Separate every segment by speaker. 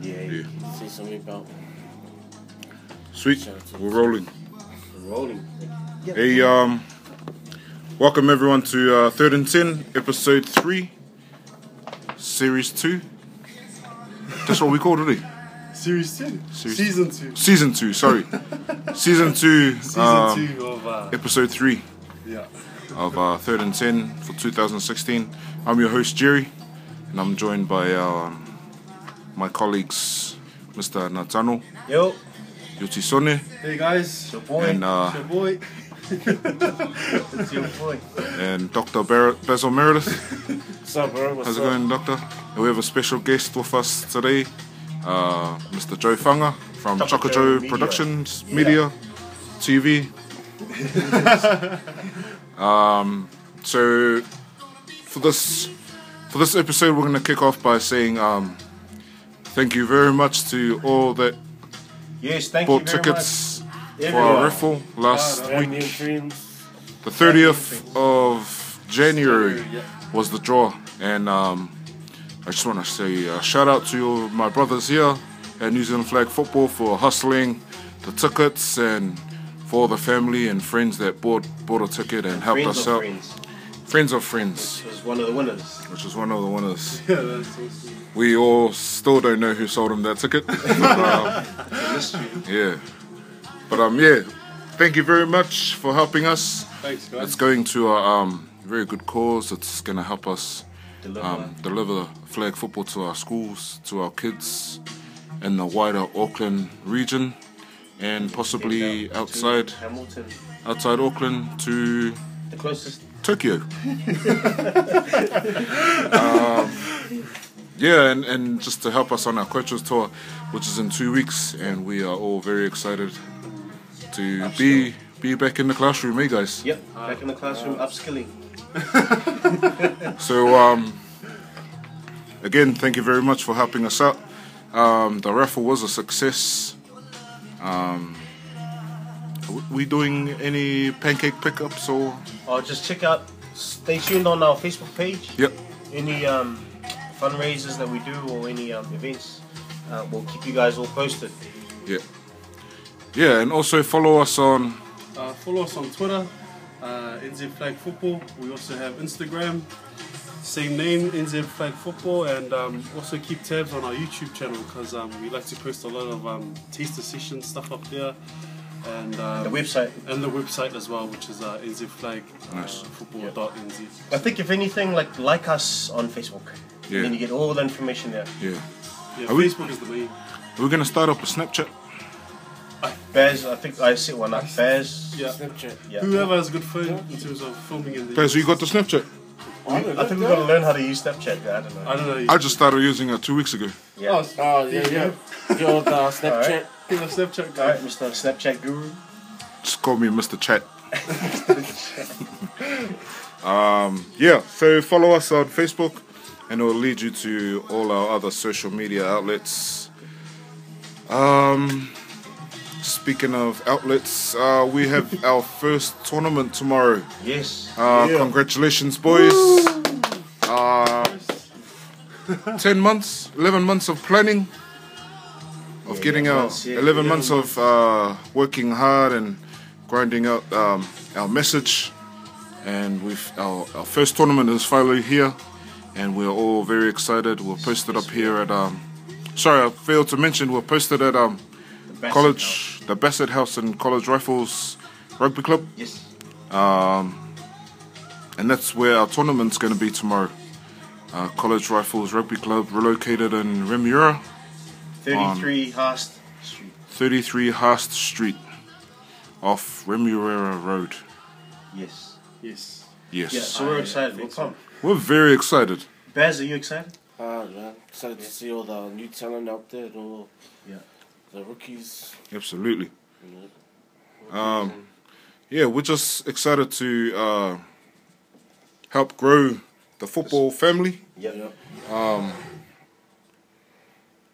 Speaker 1: Yeah.
Speaker 2: See somebody bump.
Speaker 1: Sweet. We're rolling.
Speaker 2: Rolling.
Speaker 1: Hey, um, welcome everyone to uh, Third and Ten, episode three, series two. That's what we called it, eh?
Speaker 3: Series 2.
Speaker 1: Series-
Speaker 3: Season 2.
Speaker 1: Season two. Sorry, season two,
Speaker 3: Season
Speaker 1: um,
Speaker 3: 2 of. Uh,
Speaker 1: episode three
Speaker 3: yeah.
Speaker 1: of uh, Third and Ten for 2016. I'm your host Jerry, and I'm joined by um, my colleagues, Mr. Natano
Speaker 2: Yo.
Speaker 1: Yotisone,
Speaker 3: Hey guys.
Speaker 2: Your boy.
Speaker 1: And, uh,
Speaker 3: It's your boy.
Speaker 2: It's your boy.
Speaker 1: and Dr. Bar- Basil Meredith.
Speaker 2: What's up, bro? What's
Speaker 1: How's it
Speaker 2: up?
Speaker 1: going, Doctor? And we have a special guest with us today, uh, Mr. Joe Fanga from
Speaker 2: Choco
Speaker 1: Choco
Speaker 2: Joe
Speaker 1: Joe
Speaker 2: Media.
Speaker 1: Productions
Speaker 2: Yeah.
Speaker 1: Media TV. um, so for this for this episode, we're going to kick off by saying um, thank you very much to all that
Speaker 2: Yes, thank
Speaker 1: bought tickets for
Speaker 2: Everyone.
Speaker 1: our raffle last
Speaker 2: Family and
Speaker 1: week.
Speaker 2: friends.
Speaker 1: The 30th of January
Speaker 3: Yeah.
Speaker 1: was the draw. And um, I just want to say a shout out to all my brothers here at New Zealand Flag Football for hustling the tickets and for all the family and friends that bought bought a ticket and helped
Speaker 2: Friends
Speaker 1: us
Speaker 2: of
Speaker 1: out.
Speaker 2: friends.
Speaker 1: Friends of friends,
Speaker 2: Was one of the winners.
Speaker 1: which is one of the winners.
Speaker 3: Yeah, that's so sweet.
Speaker 1: We all still don't know who sold him that ticket. Um,
Speaker 2: Mystery.
Speaker 1: yeah, but um, yeah, thank you very much for helping us.
Speaker 3: Thanks, guys.
Speaker 1: It's going to a um, very good cause. It's going to help us
Speaker 2: Deliver.
Speaker 1: um, deliver flag football to our schools, to our kids in the wider Auckland region, and possibly
Speaker 2: To
Speaker 1: outside
Speaker 2: Hamilton.
Speaker 1: outside Auckland to
Speaker 2: The closest.
Speaker 1: Tokyo. um, yeah, and, and just to help us on our coaches tour, which is in two weeks, and we are all very excited to be be back in the classroom, eh, guys?
Speaker 2: Yep. Back in the classroom, upskilling.
Speaker 1: So, um, again, thank you very much for helping us out. Um, the raffle was a success. Um, are we doing any pancake pickups or?
Speaker 2: Or Uh, just check out. Stay tuned on our Facebook page.
Speaker 1: Yep.
Speaker 2: any um, fundraisers that we do or any um, events, uh, we'll keep you guys all posted.
Speaker 1: Yeah. Yeah, and also follow us on
Speaker 3: Uh, follow us on Twitter, uh, NZ Flag Football. We also have Instagram, same name, NZ Flag Football, and um, also keep tabs on our YouTube channel because um, we like to post a lot of um, taster session stuff up there. And um,
Speaker 2: The website.
Speaker 3: and the website as well, which is uh, nzflag.football.nz.
Speaker 1: Nice.
Speaker 3: Uh, football.nz.
Speaker 2: I think if anything, like like us on Facebook,
Speaker 1: Yeah.
Speaker 2: and then you get all the information there.
Speaker 1: yeah.
Speaker 3: Yeah,
Speaker 1: Are we-
Speaker 3: Facebook is the main.
Speaker 1: We're gonna start up a Snapchat.
Speaker 2: Baz, I think I set one up. Baz,
Speaker 3: Yeah.
Speaker 2: yeah.
Speaker 3: Whoever has a good phone in terms of filming in the
Speaker 1: Okay, so you got the Snapchat?
Speaker 2: I
Speaker 4: Oh,
Speaker 2: think we've got to learn how to use Snapchat. I don't know.
Speaker 3: I don't
Speaker 1: I
Speaker 3: know.
Speaker 1: just started using it two weeks ago.
Speaker 2: Yeah.
Speaker 3: Oh,
Speaker 2: All
Speaker 3: s-
Speaker 4: Oh, yeah, yeah. Yo, the uh, Snapchat.
Speaker 3: he's a Snapchat guy.
Speaker 2: right, Mr. Snapchat Guru.
Speaker 1: Just call me Mr. Chat. um, yeah, so follow us on Facebook and it will lead you to all our other social media outlets. Um, speaking of outlets, uh, we have our first tournament tomorrow.
Speaker 2: Yes.
Speaker 1: Uh, Congratulations, boys. Uh, 10 months, 11 months of planning, of
Speaker 2: Yeah,
Speaker 1: getting
Speaker 2: 11
Speaker 1: out,
Speaker 2: months, yeah,
Speaker 1: 11 months of uh, working hard and grinding out um, our message. And we've our, our first tournament is finally here, and we're all very excited. We're posted up here at, um, sorry, I failed to mention, we're posted at um,
Speaker 2: The Bassett House.
Speaker 1: College, the Bassett House and College Rifles Rugby Club.
Speaker 2: Yes.
Speaker 1: and that's where our tournament's going to be tomorrow. Uh, College Rifles Rugby Club, relocated in Remuera,
Speaker 2: 33 Haast Um, Street.
Speaker 1: 33 Haast Street, off Remuera Road.
Speaker 2: Yes.
Speaker 3: Yes.
Speaker 1: Yes,
Speaker 2: Yeah. So we're excited. We'll come.
Speaker 1: we're very excited.
Speaker 2: Baz, are you excited?
Speaker 4: Ah, man. Excited to see all the new talent out there and all
Speaker 2: Yeah.
Speaker 4: the rookies.
Speaker 1: Absolutely.
Speaker 4: You know,
Speaker 1: Um, yeah, we're just excited to uh, help grow the football family
Speaker 2: Yep.
Speaker 4: Yep.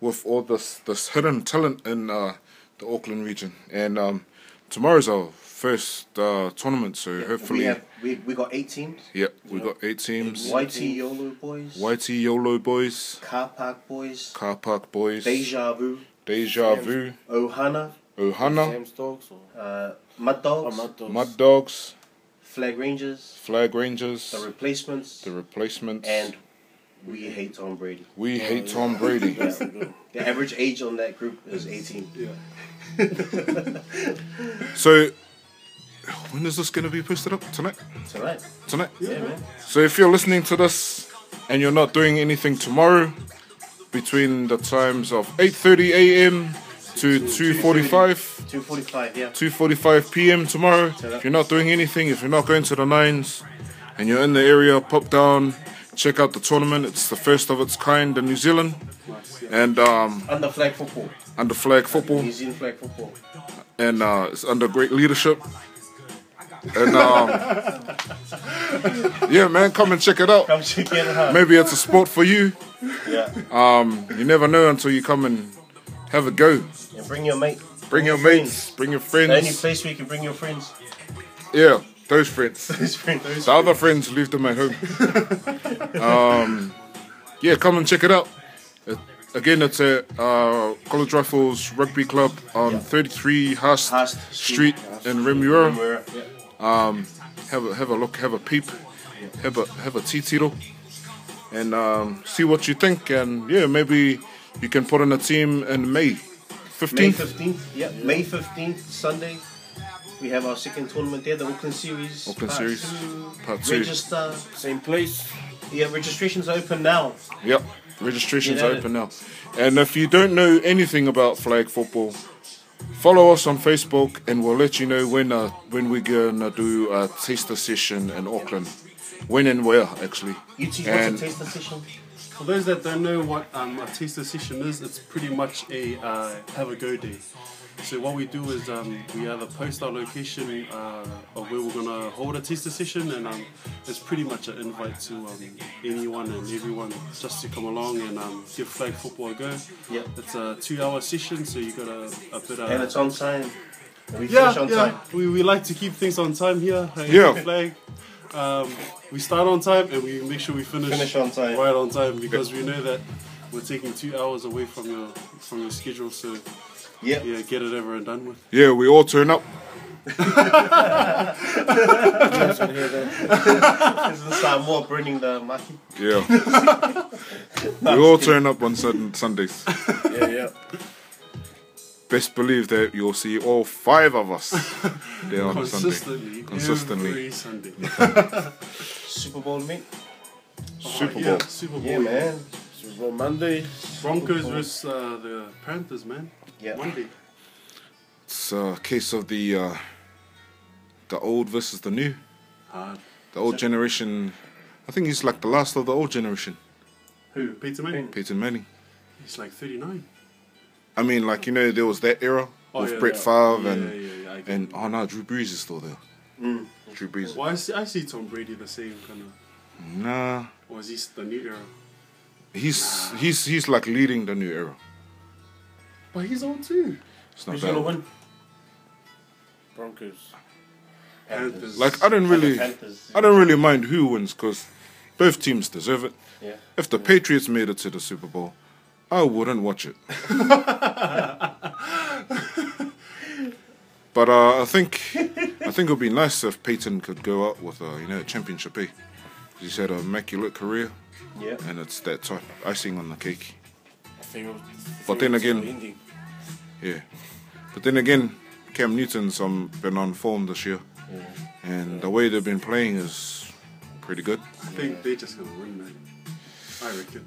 Speaker 1: with all this this hidden talent in uh, the Auckland region. And um, tomorrow's our first uh, tournament, so hopefully,
Speaker 2: We, have, we, we got eight teams.
Speaker 1: yep, we got eight teams.
Speaker 2: YT YOLO Boys.
Speaker 1: Whitey Yolo Boys,
Speaker 2: Car Park Boys.
Speaker 1: Car Park Boys,
Speaker 2: Deja Vu.
Speaker 1: Deja Vu,
Speaker 2: Ohana.
Speaker 1: Ohana,
Speaker 4: Sam Stokes or
Speaker 2: Uh, Mud Dogs.
Speaker 4: oh, Mad Dogs.
Speaker 1: Mud Dogs,
Speaker 2: Flag Rangers.
Speaker 1: Flag Rangers,
Speaker 2: The Replacements.
Speaker 1: The Replacements,
Speaker 2: and We Hate Tom Brady.
Speaker 1: We Hate
Speaker 4: yeah.
Speaker 1: Tom Brady.
Speaker 4: That's good.
Speaker 2: The average age on that group is 18.
Speaker 3: Yeah.
Speaker 1: So, when is this going to be posted up? Tonight?
Speaker 2: Tonight.
Speaker 1: Tonight?
Speaker 2: Yeah, man.
Speaker 1: So, if you're listening to this and you're not doing anything tomorrow, between the times of 8:30 a.m. to 2:45.
Speaker 2: 2.45, yeah.
Speaker 1: 2:45 p.m. tomorrow. If you're not doing anything, if you're not going to the nines, and you're in the area, pop down, check out the tournament. It's the first of its kind in New Zealand,
Speaker 3: Nice. Yeah.
Speaker 1: and um,
Speaker 2: Under flag football.
Speaker 1: under flag football,
Speaker 2: New Zealand flag football.
Speaker 1: and uh, it's under great leadership. And um, yeah, man, come and check it out.
Speaker 2: Come check it out.
Speaker 1: Maybe it's a sport for you.
Speaker 2: Yeah.
Speaker 1: You never know until you come and have a go.
Speaker 2: And bring your mate.
Speaker 1: Bring your
Speaker 2: friends.
Speaker 1: mates, bring your
Speaker 2: The only
Speaker 1: friends.
Speaker 2: place where you can bring your friends
Speaker 1: Yeah, those friends.
Speaker 2: is friends.
Speaker 1: The other friends leave them at home. um, yeah, come and check it out. Uh, Again, it's at uh, College Rifles Rugby Club on 33 Haas
Speaker 2: Haast
Speaker 1: Street
Speaker 2: Street.
Speaker 1: in Remuera.
Speaker 2: Where- yeah.
Speaker 1: Have a have a look, have a peep, have a have a titiro, and um, see what you think. And yeah, maybe you can put in a team in May
Speaker 2: May
Speaker 1: 15th.
Speaker 2: 15th. Yeah. May 15th, Sunday. We have our second tournament there, the Auckland Series.
Speaker 1: Auckland
Speaker 2: Part
Speaker 1: Series,
Speaker 2: two.
Speaker 1: part two.
Speaker 2: Register.
Speaker 4: Same place.
Speaker 2: Yeah, registration's open now.
Speaker 1: Yep, registration's
Speaker 2: Yeah, that-
Speaker 1: open now. And if you don't know anything about flag football, follow us on Facebook, and we'll let you know when uh, when we're gonna do a taster session in Auckland. When and where, actually.
Speaker 2: You teach
Speaker 1: And-
Speaker 2: what's a taste decision?
Speaker 3: For those that don't know what um, a taster session is, it's pretty much a uh, have a go day. So what we do is um, we either post our location uh, of where we're gonna hold a taster session, and um, it's pretty much an invite to um, anyone and everyone just to come along and um, give flag football a go.
Speaker 2: Yeah.
Speaker 3: It's a two-hour session, so you got a, a bit uh, of
Speaker 2: And it's on time. We
Speaker 3: yeah,
Speaker 2: finish on
Speaker 3: yeah.
Speaker 2: time.
Speaker 3: We, we like to keep things on time here. at
Speaker 1: Yeah.
Speaker 3: Eagle Flag. Um, we start on time and we make sure we finish,
Speaker 2: Finish on time.
Speaker 3: Right on time because we know that we're taking two hours away from your from your schedule. So
Speaker 2: Yeah.
Speaker 3: yeah, get it over and done with.
Speaker 1: Yeah, we all turn up.
Speaker 2: This is the Samoa burning the maki.
Speaker 1: Yeah, we all turn up on sun- Sundays.
Speaker 4: Yeah, yeah.
Speaker 1: Best believe that you'll see all five of us there on Sunday.
Speaker 3: Consistently,
Speaker 1: Consistently.
Speaker 3: every Sunday. Oh,
Speaker 2: Super Bowl mate.
Speaker 1: Super Bowl.
Speaker 3: Yeah, Super Bowl.
Speaker 2: Yeah, man.
Speaker 4: Super Bowl Monday.
Speaker 3: Broncos versus uh, the Panthers, man.
Speaker 2: Yeah.
Speaker 3: Monday.
Speaker 1: It's a case of the uh, the old versus the new.
Speaker 3: Hard.
Speaker 1: The old generation. I think he's like the last of the old generation.
Speaker 3: Who? Peter Manning.
Speaker 1: Peyton Manning.
Speaker 3: He's like 39.
Speaker 1: I mean, like you know, there was that era
Speaker 3: Oh,
Speaker 1: with
Speaker 3: yeah,
Speaker 1: Brett
Speaker 3: yeah.
Speaker 1: Favre
Speaker 3: Yeah,
Speaker 1: and
Speaker 3: yeah, yeah, Mm. I get
Speaker 1: and oh no, Drew Brees is still there. Drew Brees.
Speaker 3: Well, I see, I see Tom Brady the same kind of.
Speaker 1: Nah,
Speaker 3: Or is he the new era?
Speaker 1: he's he's he's like leading the new era.
Speaker 3: But he's old too.
Speaker 1: It's not
Speaker 2: Who's gonna
Speaker 1: bad.
Speaker 2: win?
Speaker 4: Broncos.
Speaker 3: Panthers.
Speaker 1: Like I don't really,
Speaker 2: Panthers.
Speaker 1: I don't really mind who wins because both teams deserve it.
Speaker 2: Yeah.
Speaker 1: If the Patriots made it to the Super Bowl, I wouldn't watch it. but uh, I think I think it would be nice if Peyton could go out with uh, you know a championship. Eh? He's had an immaculate career,
Speaker 2: Yeah.
Speaker 1: and it's that type icing on the cake.
Speaker 4: I think it was-
Speaker 1: But then
Speaker 4: it's
Speaker 1: again-
Speaker 4: ending.
Speaker 1: Yeah, but then again, Cam Newton's um, been on form this year, and the way they've been playing is pretty good.
Speaker 3: I think they're just gonna win, man. I reckon.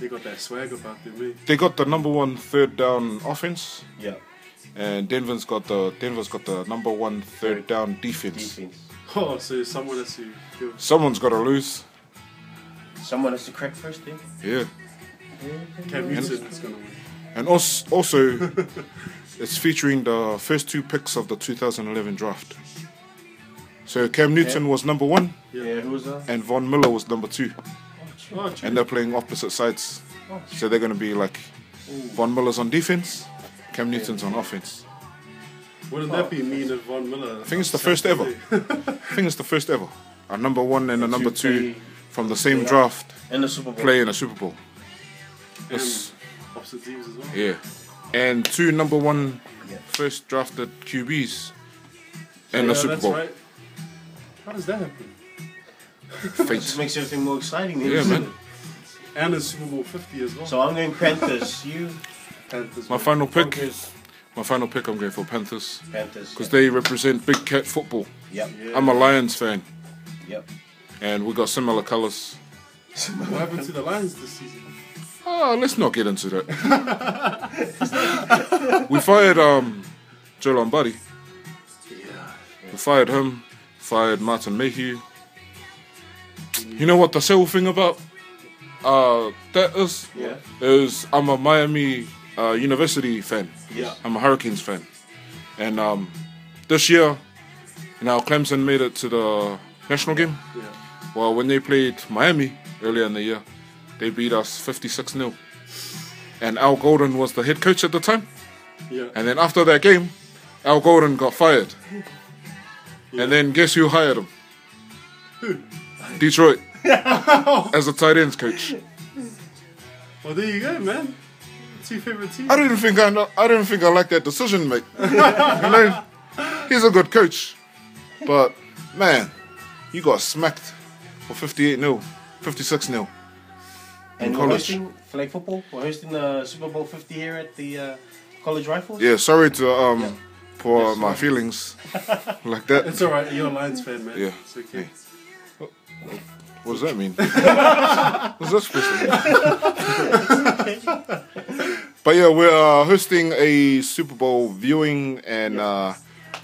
Speaker 3: They got that swag about them, eh? man.
Speaker 1: They got the number one third down offense.
Speaker 2: Yeah.
Speaker 1: and Denver's got the Denver's got the number one third down defense.
Speaker 2: Defense.
Speaker 3: Oh, so someone has to give.
Speaker 1: Someone's got to lose.
Speaker 2: Someone has to crack first, eh?
Speaker 1: Yeah,
Speaker 3: Cam Newton is gonna win.
Speaker 1: and also, also it's featuring the first two picks of the 2011 draft. So Cam Newton was number one,
Speaker 2: Yeah. who was that?
Speaker 1: and Von Miller was number two,
Speaker 3: Oh, true.
Speaker 1: and they're playing opposite sides. So they're going to be like Von Miller's on defense, Cam Newton's on offense.
Speaker 3: Wouldn't that be mean if Von Miller? I
Speaker 1: think it's the first ever. I think it's the first ever. A number one and a number two from the same draft
Speaker 2: in the Super Bowl.
Speaker 1: play in a Super Bowl.
Speaker 3: and opposite teams as well.
Speaker 1: Yeah. And two number one
Speaker 2: Yeah.
Speaker 1: first drafted QBs
Speaker 3: Yeah,
Speaker 1: in the Super
Speaker 3: that's
Speaker 1: Bowl.
Speaker 3: right. How does that happen?
Speaker 2: Just
Speaker 1: Fate.
Speaker 2: makes everything more exciting. eh? Then,
Speaker 1: Yeah,
Speaker 2: doesn't
Speaker 1: man.
Speaker 2: it?
Speaker 3: And in Super Bowl 50 as well.
Speaker 2: So I'm going Panthers. you
Speaker 3: Panthers
Speaker 1: My
Speaker 3: win.
Speaker 1: final pick.
Speaker 4: Focus.
Speaker 1: My final pick. I'm going for Panthers
Speaker 2: Panthers.
Speaker 1: because they represent big cat football.
Speaker 2: Yep.
Speaker 3: Yeah.
Speaker 1: I'm a Lions fan,
Speaker 2: Yep.
Speaker 1: and we got similar colours.
Speaker 3: What happened to the Lions this season?
Speaker 1: Ah, let's not get into that. we fired um, Joe Lombardi.
Speaker 3: Yeah.
Speaker 1: We fired him. Fired Martin Mayhew. You know what the sale thing about uh, that is?
Speaker 3: Yeah.
Speaker 1: Is I'm a Miami uh, University fan.
Speaker 3: Yeah.
Speaker 1: I'm a Hurricanes fan, and um, this year, now Clemson made it to the national game.
Speaker 3: Yeah.
Speaker 1: Well, when they played Miami earlier in the year, they beat us 56 0. And Al Golden was the head coach at the time.
Speaker 3: Yeah.
Speaker 1: And then after that game, Al Golden got fired. And then guess who hired him? Who? Detroit. as a tight ends coach.
Speaker 3: Well, there you go, man. Two favorite teams.
Speaker 1: I didn't think I, know, I didn't think I liked that decision, mate. you know, he's a good coach, but man, you got smacked for 58 0, 56 0.
Speaker 2: And we're
Speaker 1: college.
Speaker 2: hosting flag football. We're hosting the Super Bowl 50 here at the uh, College Rifles.
Speaker 1: Yeah, sorry to um pour out my feelings like that.
Speaker 3: It's alright, you're a Lions fan, man.
Speaker 1: Yeah.
Speaker 3: It's okay.
Speaker 1: What does that mean? What's that supposed to mean? but yeah, we're uh, hosting a Super Bowl viewing and uh,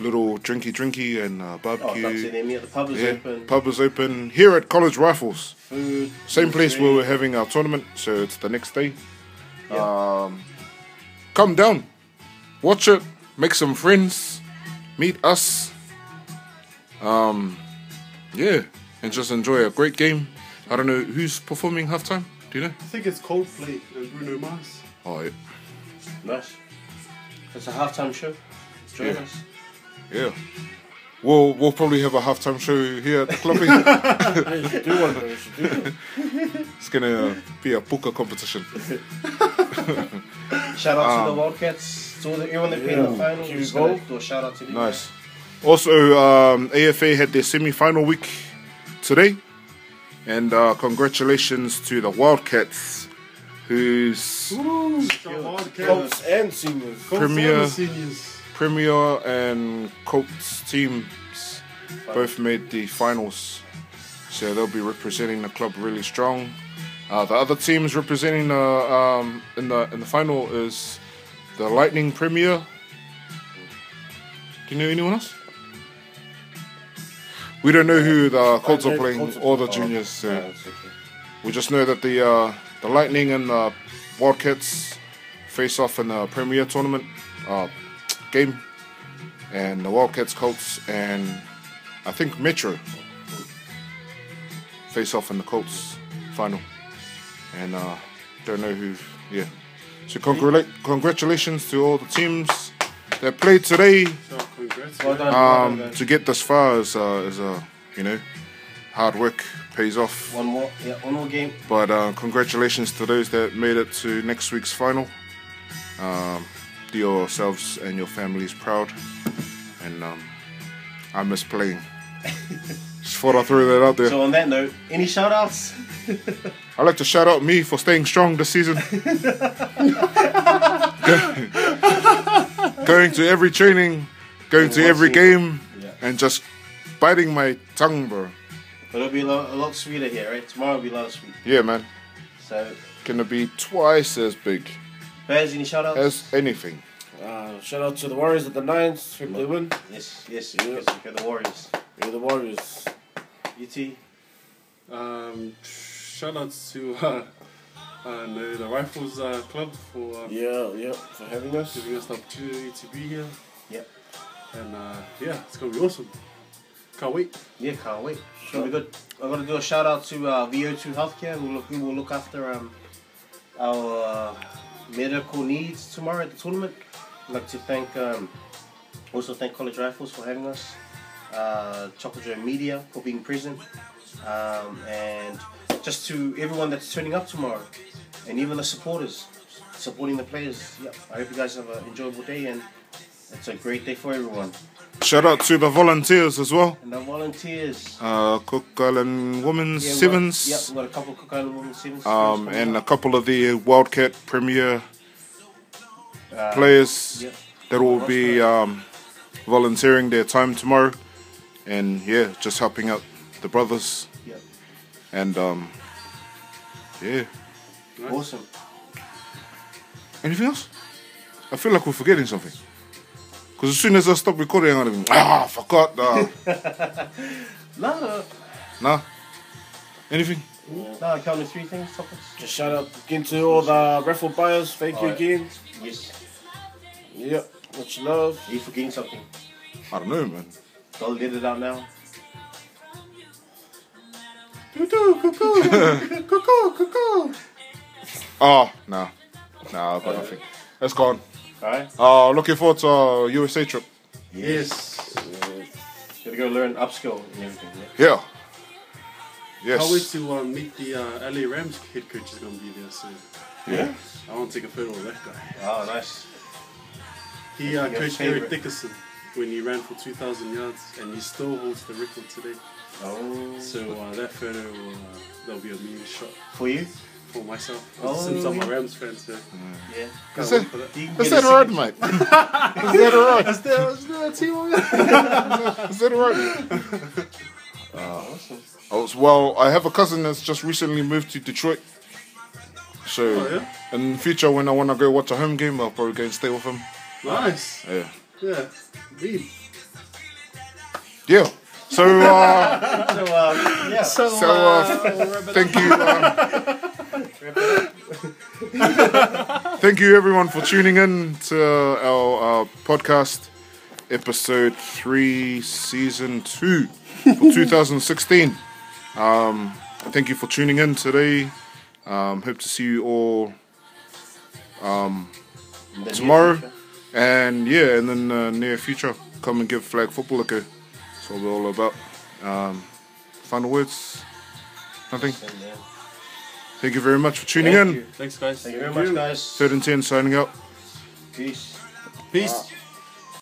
Speaker 1: little drinky drinky and uh,
Speaker 2: Oh,
Speaker 1: barbecue.
Speaker 2: that's it. Amy at the pub is
Speaker 1: yeah,
Speaker 2: open.
Speaker 1: pub is open here at College Rifles.
Speaker 2: Food.
Speaker 1: Same place
Speaker 2: drink.
Speaker 1: where we're having our tournament, so it's the next day.
Speaker 2: Yeah.
Speaker 1: Um, come down, watch it, make some friends, meet us. Um, yeah, and just enjoy a great game. I don't know who's performing halftime. Do you know?
Speaker 3: I think it's Coldplay and Bruno Mars.
Speaker 1: Oh, yeah.
Speaker 2: Nice. It's a halftime show. Join
Speaker 1: Yeah.
Speaker 2: us.
Speaker 1: yeah. We'll, we'll probably have a halftime show here at the club.
Speaker 4: Hey, you should do one, bro. You should do one.
Speaker 1: it's gonna be a poker competition.
Speaker 2: Shout out
Speaker 1: Um,
Speaker 2: to the Wildcats. To all the, everyone that played in the
Speaker 4: Yeah.
Speaker 2: final.
Speaker 4: Here
Speaker 2: Just
Speaker 4: we go.
Speaker 2: gonna do a shout out to them.
Speaker 1: Nice. Also, um, AFA had their semi-final week today, and uh, congratulations to the Wildcats, who's
Speaker 3: Ooh, the Wildcats.
Speaker 4: Colts and seniors.
Speaker 3: Colts and
Speaker 1: Premier.
Speaker 3: the Seniors.
Speaker 1: Premier and Colts teams both made the finals, so they'll be representing the club really strong. Uh, the other teams representing the um, in the in the final is the Lightning Premier. Do you know anyone else? We don't know who the Colts are playing or the juniors.
Speaker 4: Oh,
Speaker 1: So
Speaker 4: it's okay.
Speaker 1: we just know that the uh, the Lightning and the Wildcats face off in the Premier tournament uh, game, and the Wildcats, Colts, and I think Metro face off in the Colts final, and uh, don't know who. Yeah, so congrela- congratulations to all the teams that played today
Speaker 3: So, congrats.
Speaker 2: Well
Speaker 3: man.
Speaker 2: done. well
Speaker 1: um,
Speaker 2: done.
Speaker 1: to get this far. Is uh, is uh, you know hard work pays off.
Speaker 2: One more. Yeah, one more game.
Speaker 1: But uh, congratulations to those that made it to next week's final. Um, do yourselves and your families proud. And um, I miss playing. Just thought I'd throw that out there.
Speaker 2: So on that note, any shout outs?
Speaker 1: I'd like to shout out me for staying strong this season. going to every training, going to every game,
Speaker 2: Yeah.
Speaker 1: and just biting my tongue, bro.
Speaker 2: But it'll be a lot, a lot sweeter here, right? Tomorrow will be a lot sweet.
Speaker 1: Yeah, man.
Speaker 2: So,
Speaker 1: Gonna be twice as big
Speaker 2: Baz, any shout outs?
Speaker 1: as anything.
Speaker 4: Uh, shout out to the Warriors at the Nines. Hope they win.
Speaker 2: Yes, yes, yes, you're the Warriors.
Speaker 4: You're the Warriors.
Speaker 2: UT,
Speaker 3: Um, shout outs to uh, uh, no, the Rifles uh, Club for uh,
Speaker 4: Yeah, yeah, for having us.
Speaker 3: giving us the opportunity to be here.
Speaker 2: Yep.
Speaker 3: And uh, yeah, it's going to be awesome. Can't wait.
Speaker 2: yeah, can't wait. Should be good. I'm gonna do a shout out to uh, VO2 Healthcare, who, look, who will look after um, our uh, medical needs tomorrow at the tournament. I'd like to thank um, Also thank College Rifles for having us, uh, Chocolate Joe Media for being present, um, and just to everyone that's turning up tomorrow, and even the supporters, supporting the players. Yep. I hope you guys have an enjoyable day and it's a great day for everyone.
Speaker 1: Shout out to the volunteers as well.
Speaker 2: And the volunteers.
Speaker 1: Uh, Cook Island Women's
Speaker 2: Yeah, we got-
Speaker 1: Sevens.
Speaker 2: Yep, we got a couple of Cook Island Women's Sevens.
Speaker 1: um, and a couple of the Wildcat Premier
Speaker 2: Uh,
Speaker 1: players
Speaker 2: yep.
Speaker 1: that will be um, volunteering their time tomorrow, and yeah, just helping out the brothers.
Speaker 2: Yep.
Speaker 1: And um, yeah,
Speaker 2: Awesome.
Speaker 1: anything else? I feel like we're forgetting something. Because as soon as I stop recording, I'm gonna be ah, forgot. Uh,
Speaker 2: No, no,
Speaker 1: nah, anything?
Speaker 2: no, I counted three things, topics.
Speaker 4: Just shout out again to all the raffle buyers. Thank you
Speaker 2: Alright.
Speaker 4: again.
Speaker 2: Yes.
Speaker 4: Yep, much love.
Speaker 2: Are you forgetting something?
Speaker 1: I don't know, man.
Speaker 2: Don't let it out now.
Speaker 1: Oh, nah, nah, I've got nothing. That's gone.
Speaker 2: Alright?
Speaker 1: Uh, looking forward to our USA trip.
Speaker 3: Yes.
Speaker 2: Gotta go learn upskill and everything. Yeah.
Speaker 1: Yeah.
Speaker 3: Can't wait
Speaker 1: Yes.
Speaker 3: to uh, meet the uh, LA Rams head coach is going to be there soon.
Speaker 1: Yeah.
Speaker 3: I want to take a photo of that guy.
Speaker 2: Oh, nice.
Speaker 3: He uh,
Speaker 2: Your
Speaker 3: coached
Speaker 2: favorite.
Speaker 3: Eric Dickerson when he ran for 2,000 yards and he still holds the record today.
Speaker 2: Oh.
Speaker 3: So uh, that photo will, uh, that'll be a mean shot
Speaker 2: For you?
Speaker 3: for myself.
Speaker 2: Oh.
Speaker 3: Since I'm a Rams fan, so.
Speaker 2: Yeah.
Speaker 1: Is
Speaker 3: Can't
Speaker 1: that,
Speaker 3: wait for that.
Speaker 2: You can
Speaker 1: is
Speaker 2: get
Speaker 1: that
Speaker 2: a
Speaker 1: alright, mate?
Speaker 2: signature.
Speaker 1: is that alright? Is that- is that alright? mate?
Speaker 2: Awesome.
Speaker 1: I was- Well, I have a cousin that's just recently moved to Detroit. So,
Speaker 3: Oh, yeah?
Speaker 1: in the future, when I want to go watch a home game, I'll probably go and stay with him.
Speaker 3: Nice.
Speaker 1: Yeah.
Speaker 3: Yeah. Mean.
Speaker 1: Yeah. So, uh,
Speaker 2: So, um, yeah.
Speaker 3: So,
Speaker 1: so uh, thank you. Uh, thank you, everyone, for tuning in to our uh, podcast, episode three, season two, for 2016. Um, thank you for tuning in today. Um, hope to see you all
Speaker 2: In the near
Speaker 1: tomorrow,
Speaker 2: future.
Speaker 1: and yeah, and then uh, near future, come and give flag football a go. That's what we're all about. Um, final words. Nothing.
Speaker 2: And, yeah.
Speaker 1: Thank you very much for tuning
Speaker 2: Thank
Speaker 1: in.
Speaker 2: you.
Speaker 3: Thanks, guys.
Speaker 2: Thank you very much, guys.
Speaker 1: Third and ten signing out.
Speaker 2: Peace.
Speaker 3: Peace.